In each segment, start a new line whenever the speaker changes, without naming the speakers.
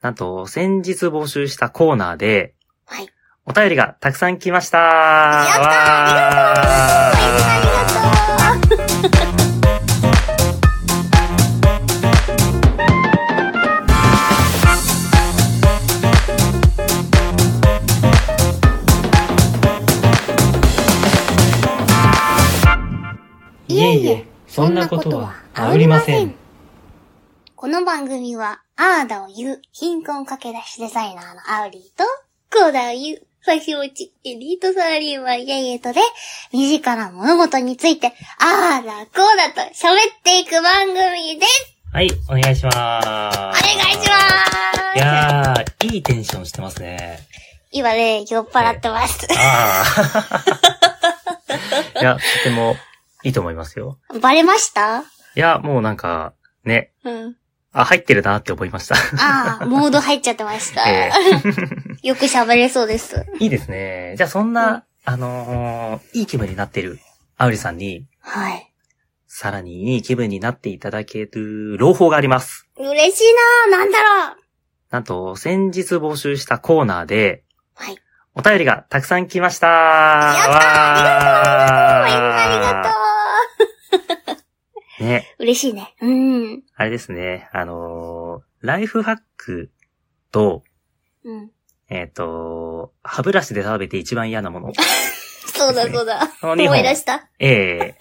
なんと、先日募集したコーナーで、
はい。
お便りがたくさん来ました
やったーありがとうありがとう
いえいえ、そんなことはありません。。
この番組は、アーダを言う、貧困駆け出しデザイナーのアウリーと、コーダを言う、ファッション落ち、エリートサラリーマン、やイエとで、身近な物事について、アーダ、コーダと喋っていく番組です。
はい、お願いします。お
お
願
願いします
いやー、いいテンションしてますね。
今ね、酔っ払ってます。
ああ。いや、とてもいいと思いますよ。
バレました
いや、もうなんか、ね、
うん。
あ、入ってるなって思いました。
ああ、モード入っちゃってました。
え
よく喋れそうです。
えいいですね。じゃあそん
うん
な、あのーいい気分になってる、アウリさんに、
はい。
さらにいい気分になっていただける朗報があります。
嬉しいなーなんだろう
なんと、先日募集したコーナーで、
はい。
お便りがたくさん来ました
やったーありがとうありがと
とうね、
う嬉しいね。うん。
あれですね、あのーライフハックと、
うん。
えっ、と、歯ブラシで食べて一番嫌なもの。
そうだそうだ。
その
思
二
い
本
出した。
ええ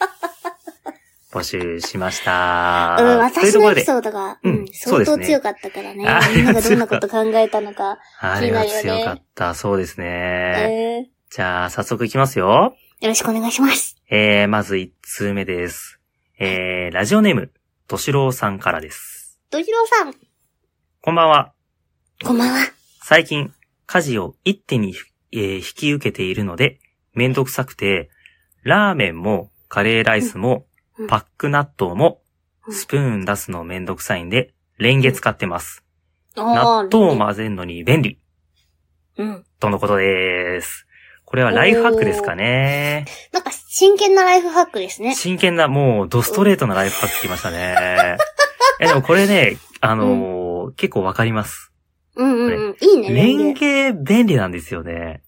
募集しました。と
うん、
いう
私
ところ
のエピ
で、
ソードが、
う
うんん、
そう
相
です
当
ね
強かったからね。
あー
みんながどんなこと考えたのか。
あれは
気になるよね
強かった。 そうですね。
え
じゃあ、早速いきますよ。
ー、よろしくお願いします。
えー、まず1通目です。えー、ラジオネーム、としろうさんからです。
どじろうさん、
こんばんは。
こんばんは。
最近、家事を一手に、えー引き受けているので、めんどくさくて、ラーメンも、カレーライスも
うん、
パック納豆も、
うん
スプーン出すのめんどくさいんで、レンゲ使ってます。
お
納
ー
豆を混ぜるのに便利、
うん。
とのことです。これはライフハックですかね。
なんか、真剣なライフハックですね。
真剣な、もう、ドストレートなライフハックきました ね。え、でもこれね、あのー結構わかります。
うんうんうん。いいね、
レ
レ
ン
ン
ゲ
ゲ。
便利なんですよね。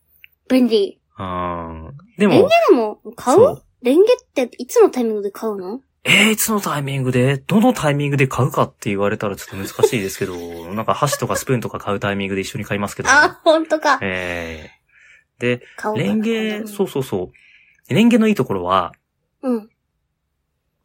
便利。
うん。で
レン
も
ゲ、でも、買
そう
うレンゲっていつのタイミングで買うの
えー、いつのタイミングでどのタイミングで買うかって言われたらちょっと難しいですけど、 なんか箸とかスプーンとか買うタイミングで一緒に買いますけど。
あ、ほんとか。
えーで、
買おうかな
レンゲ、そうそうそう。レンゲのいいところは、
うん。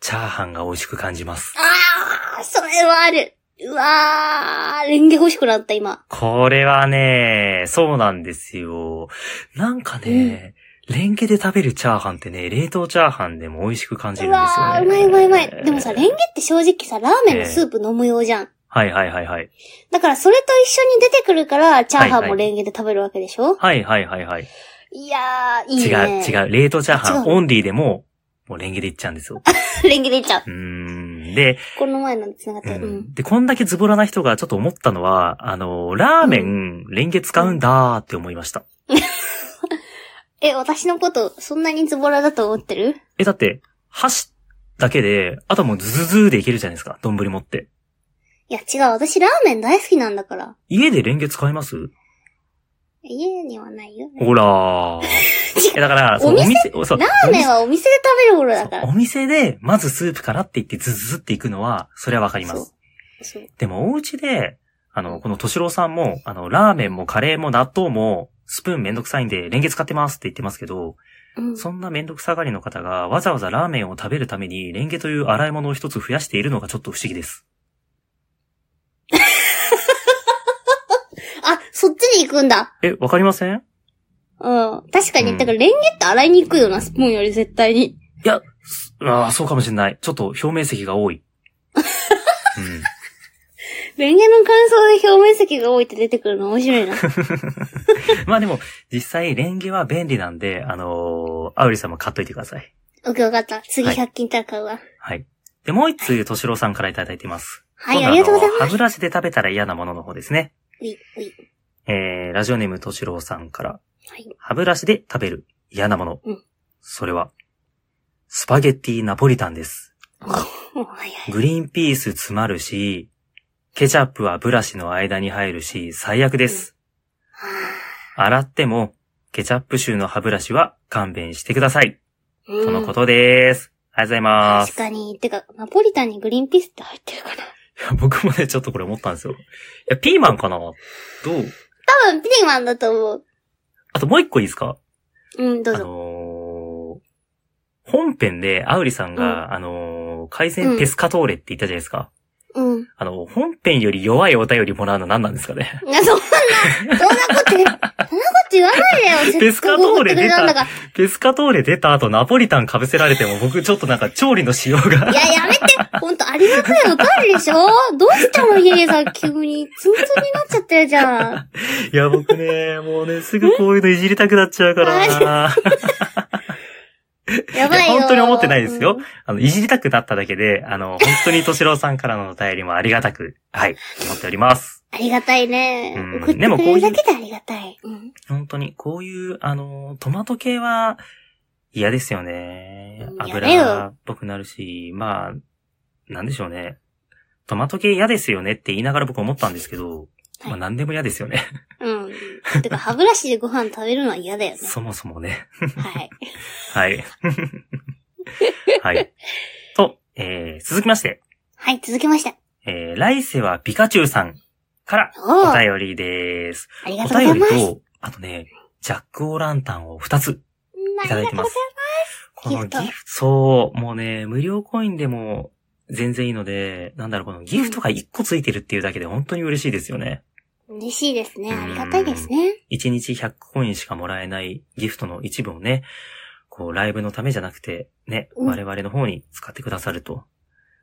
チャーハンが美味しく感じます。
あー、それはある。うわー、レンゲ欲しくなった、今。
これはね、そうなんですよ。なんかね、レンゲで食べるチャーハンってね、冷凍チャーハンでも美味しく感じるんですよね。
うわー、うまいうまいうまい。でもさ、レンゲって正直さ、ラーメンのスープ飲む用じゃん。
はいはいはいはい。
だからそれと一緒に出てくるから、チャーハン
はいは
も
い
レンゲで食べるわけでしょ、
はいはいはいはい。
い、やー、いいね。
違う、違う。冷凍チャーハ
あ違
ン
うの
オンリーでも、もうレンゲでいっちゃうんですよ。
う。レンゲでいっちゃう。
うーん。で、
この前の繋がっ
う
て。うん。
ん、で、こんだけズボラな人がちょっと思ったのは、あの、ラーメン、
う
レンゲ使うんだーって思いました。
え、私のこと、そんなにズボラだと思ってる
え、だって、箸だけで、あとはもうズズズーでいけるじゃないですか。丼持って。
いや、違う。私ラーメン大好きなんだから。
家でレンゲ使います
家にはないよ。
ほ らー。え、だから、そう
お店
おそう
ラーメンはお店で食べるものだか
お
ら。
店で、まずスープからって言ってズズズっていくのは、それはわかります。
そう。
でもお家で、あの、この敏郎さんも、あの、ラーメンもカレーも納豆も、スプーンめんどくさいんで、レンゲ使ってますって言ってますけど、
うん。
そんなめんどくさがりの方が、わざわざラーメンを食べるために、レンゲという洗い物を一つ増やしているのがちょっと不思議です。
あ、そっちに行くんだ。
え、わかりません
うん。確か
うん
に、だからレンゲって洗いに行くよな、スプーンより絶対に。
いや、すああ、そうかもしれない。ちょっと表面積が多 い。うん。
レンゲの感想で表面積が多いって出てくるの面白い な。
まあでも、実際、レンゲは便利なんで、あのー、アウリさんも買っといてください。
オッケーわかった。次
はい
100均高買うわ。
はい。で、もう一通、敏郎さんからいただいてます。
はい、
今
あ
度
りがとうございま
の歯ブラシで食べたら嫌なものの方ですね。
す。ういうい。
えー、ラジオネームとしろうさんから、
はい。
歯ブラシで食べる嫌なもの。
うん
それは、スパゲッティナポリタンです。
もう早い。
グリーンピース詰まるし、ケチャップはブラシの間に入るし、最悪です。
は
洗っても、ケチャップ臭の歯ブラシは勘弁してください。
ぁうん
とのことです。ありがとうございます
確。かに。てか、ナポリタンにグリーンピースって入ってるかな。
いや僕もね、ちょっとこれ思ったんですよ。いや、ピーマンかなどう
多分ピーマンだと思う。
あともう一個いいですか
うん、ど
あ
う
の
ぞ。
ー本編でアウリさんが、あのー海鮮ペスカトーレって言ったじゃないですか。
うん。
あの、本編より弱いお便りもらうの何なんですか ね
いや、そんな、そんなこと、そんなこと言わない でよ。
ペスカトーレ出た
せっかく送ってくれんだか
ペスカトーレ出た後ナポリタン被せられても僕ちょっとなんか調理の仕様
ら。
が
い。や、やめて。ほんと、ありがたいお便りでしょどうしたのヒデさん、急に。ツンツンになっちゃってるじゃん。
いや、僕ね、もうね、すぐこういうのいじりたくなっちゃう からな。
やばいよ。
いや本当に思ってないですよ
うん
あの、いじりたくなっただけで、あの、本当に敏郎さんからのお便りもありがたく、はい、思っております。
ありがたいね
うん。
送ってくれるだけでありがたい。うん。
本当に、こういう、あのー、トマト系は嫌ですよね
う。ん
油
やだ
がっぽくなるし、まあ、なんでしょうね。トマト系嫌ですよねって言いながら僕思ったんですけど、ま
は
あ
い
何でも嫌ですよ ね。
うん。てか、歯ブラシでご飯食べるのは嫌だよね。
そもそもね。
は
は
い。
い。 はい。と、えー、続きまして、
はい、続きました。
えー、来世はピカチュウさんから
お
お
ーあ
便りです。
りが
お
とうござ
便
い
り
ます。
と、あとね、ジャックオーランタンを2つ
うん
いただいてます。
あ
こ
り
の
が
ギ
とうございます
フト。そう、もうね、無料コインでも全然いいので、なんだろう、このギフトが1個ついてるっていうだけで本当に嬉しいですよね。
嬉しいですね。ありがたいですね。
1日100コインしかもらえないギフトの一部をね、こう、ライブのためじゃなくて、ね、
うん
我々の方に使ってくださると。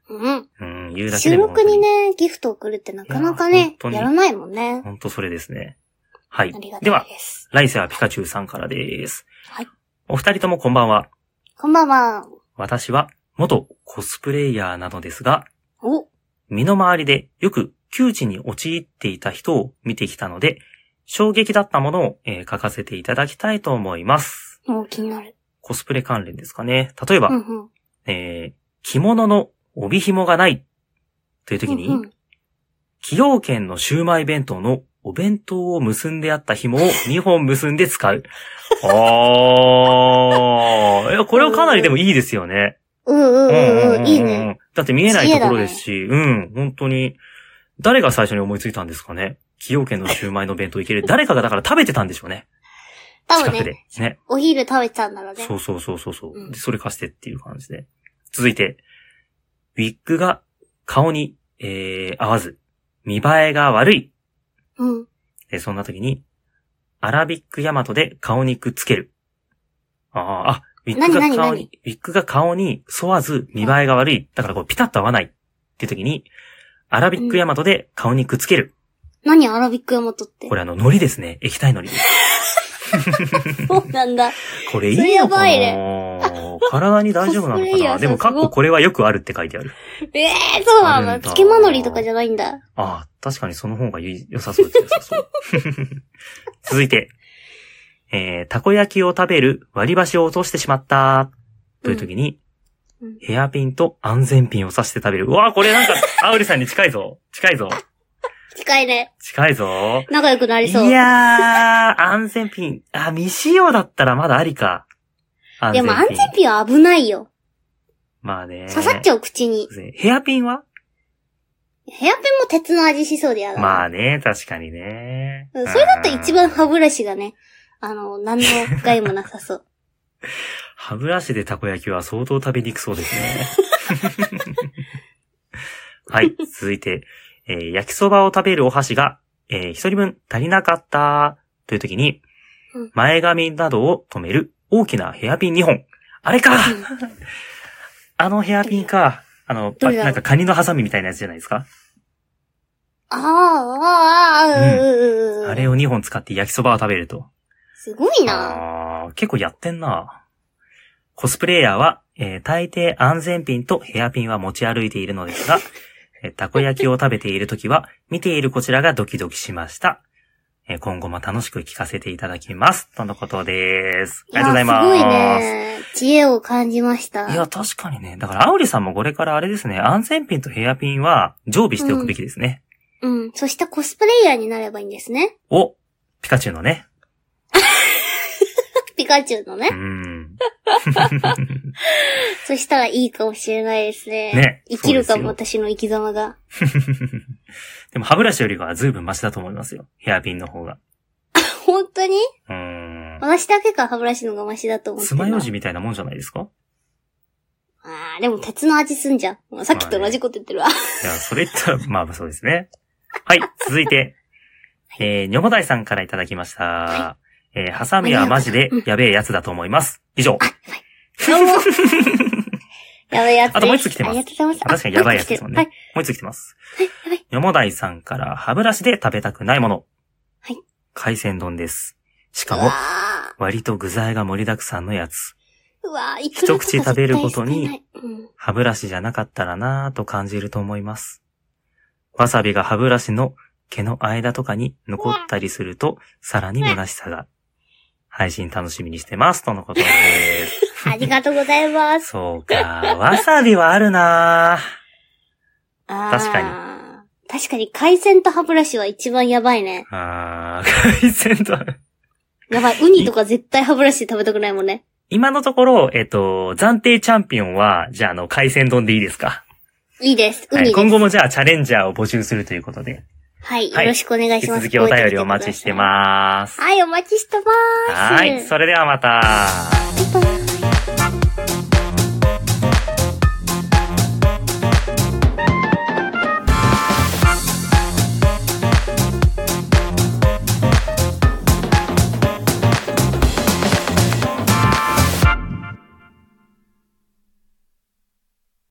うん。
うん、いうだけ
収
でも。
録に。ね、ギフト送るってなかなか
いや
ね
本当、に
やらないもんね。
本当それですね。はい
ありが。
で
たい
は、
です。
来世はピカチュウさんからです。
はい。
お二人ともこんばんは。
こんばんは。
私は、元コスプレイヤーなのですが、
お、
身の回りでよく窮地に陥っていた人を見てきたので、衝撃だったものを、えー書かせていただきたいと思います。
もう気になる。
コスプレ関連ですかね。例えば、
うんうん。
えー着物の帯紐がないという時に、
うんうん
崎陽軒のシウマイ弁当のお弁当を結んであった 紐を2本結んで使う。あー。いや、これはかなりでもいいですよね。
うんう
うんう
んうん
うん
ん。
うん
いいね。。
だって見えないところですし、うん、本当に。誰が最初に思いついたんですかね崎陽軒のシューマイの弁当いける。誰かがだから食べてたんでしょうね。
多
近
分
く
ね、
で。ね。
お昼食べてたんだろうね。
そうそうそうそうそう、
うん
でそれ貸してっていう感じで。続いて、ウィッグが顔に、えー、合わず、見栄えが悪い。
うん。
えーそんな時に、アラビックヤマトで顔にくっつける。ああ、あ、ウィッグが
何何
顔
何
に、ウィッグが顔に沿わず見栄えが悪い。だからこうピタッと合わないっていう時に、アラビックヤマトで顔にくっつける。
何アラビックヤマトって
こ。れあの、海苔ですね。液体海苔です。
そうなんだ。
これいい
それや
のかな
ばい
体に大丈夫なの
コスプレイ
か
ヤー
な
さん
でも、かっ
す
こ
ごい
これはよくあるって書いてある。
ええー、そうな
あ
ん
る
だ。
んだ
つけまのりとかじゃないんだ。
ああ、確かにその方がいい良さそうです。良さそう。 続いて、えー、たこ焼きを食べる割り箸を落としてしまった。という時に、
うんうん
ヘアピンと安全ピンを刺して食べる。うわあ、これ なんか、アウリさんに近いぞ。近いぞ。
近いね。
近いぞ。
仲良くないりそう。
やー、安全ピン。あ、未使用だったらまだありか。安
で
全ピ
も
ン。
安全ピンは危ないよ。
まあね。
刺さっちゃう口に。
ヘアピンは
ヘアピンも鉄の味しそうでやだ。
まあね、確かにね。
うんそれだったら一番歯ブラシがね、あの、何の害もな さそう。
歯ブラシでたこ焼きは相当食べにくそうですね。 はい、続いて、えー焼きそばを食べるお箸が、えー一人分足りなかったという時に
うん、
前髪などを止める大きなヘアピン2本。あれか
うん
あのヘアピンか。あの、
ど
ば
れだ
なんかカニのハサミみたいなやつじゃないですか。
ああ、ああ、ああ、うんうんうん。
あれを2本使って焼きそばを食べると。
すごいな。
あー結構やってんな。コスプレイヤーは、えー大抵安全ピンとヘアピンは持ち歩いているのですが、えーたこ焼きを食べているときは、見ているこちらがドキドキしました。えー今後も楽しく聞かせていただきます。とのことです。ありがとうございます。
やすごいね。知恵を感じました。
いや、確かにね。だから、アウリさんもこれからあれですね、安全ピンとヘアピンは常備しておくべきですね。
うん。そしてコスプレイヤーになればいいんですね。
おピカチュウのね。
ピカチュウの
う
ね。
ん。
そしたらいいかもしれないですね。
ね
生きるかも、
そう
私の生き様が。
でも歯ブラシよりかはずいぶんマシだと思いますよ。ヘアピンの方が。
本当に
うーん。
私だけか歯ブラシの方がマシだと思ってる
爪楊枝みたいなもんじゃないですか
ああ、でも鉄の味すんじゃん。もうさっきと同じこと言って るわ。
いや、それ言ったら、まあそうですね。はい、続い て。えー、にょもだいさんからいただきました。
は
えー、ハサミはマジでやべえやつだと思います。以上。
どうも。やばいやつです。
あともう一つ来てます
ありがとうございます。
確かにやばいやつですもんね。
あ
もう一つ来てます。よもだいさんから歯ブラシで食べたくないもの。
はい。
海鮮丼です。し
も
かも
う一つ来てます、はい。
割と具材が盛りだくさんのやつ。
うわぁ、うわぁ、
一口食べることに
いくらとか絶対少ない。うん
歯ブラシじゃなかったらなぁと感じると思います。わさびが歯ブラシの毛の間とかに残ったりすると、さらに虚しさが。配信楽しみにしてます。とのこと です。
ありがとうござい ます。
そうか。わさびはあるな
確
か
に。確かに海鮮と歯ブラシは一番やばいね。
ぁ。あー、海鮮とある。
やばい。ウニとか絶対歯ブラシで食べたくないもんね。
今のところ、えっと、暫定チャンピオンは、じゃあ、あの、海鮮丼でいいですか
いいです。ウ
は
ニ
い。
です。
今後もじゃあ、チャレンジャーを募集するということで、
はい。
は
よ
い
ろしくお願い
引き
します。
続きお便りお待ちして
す。
ます。
はい、お待ちしてまーす。
はい。それではまた。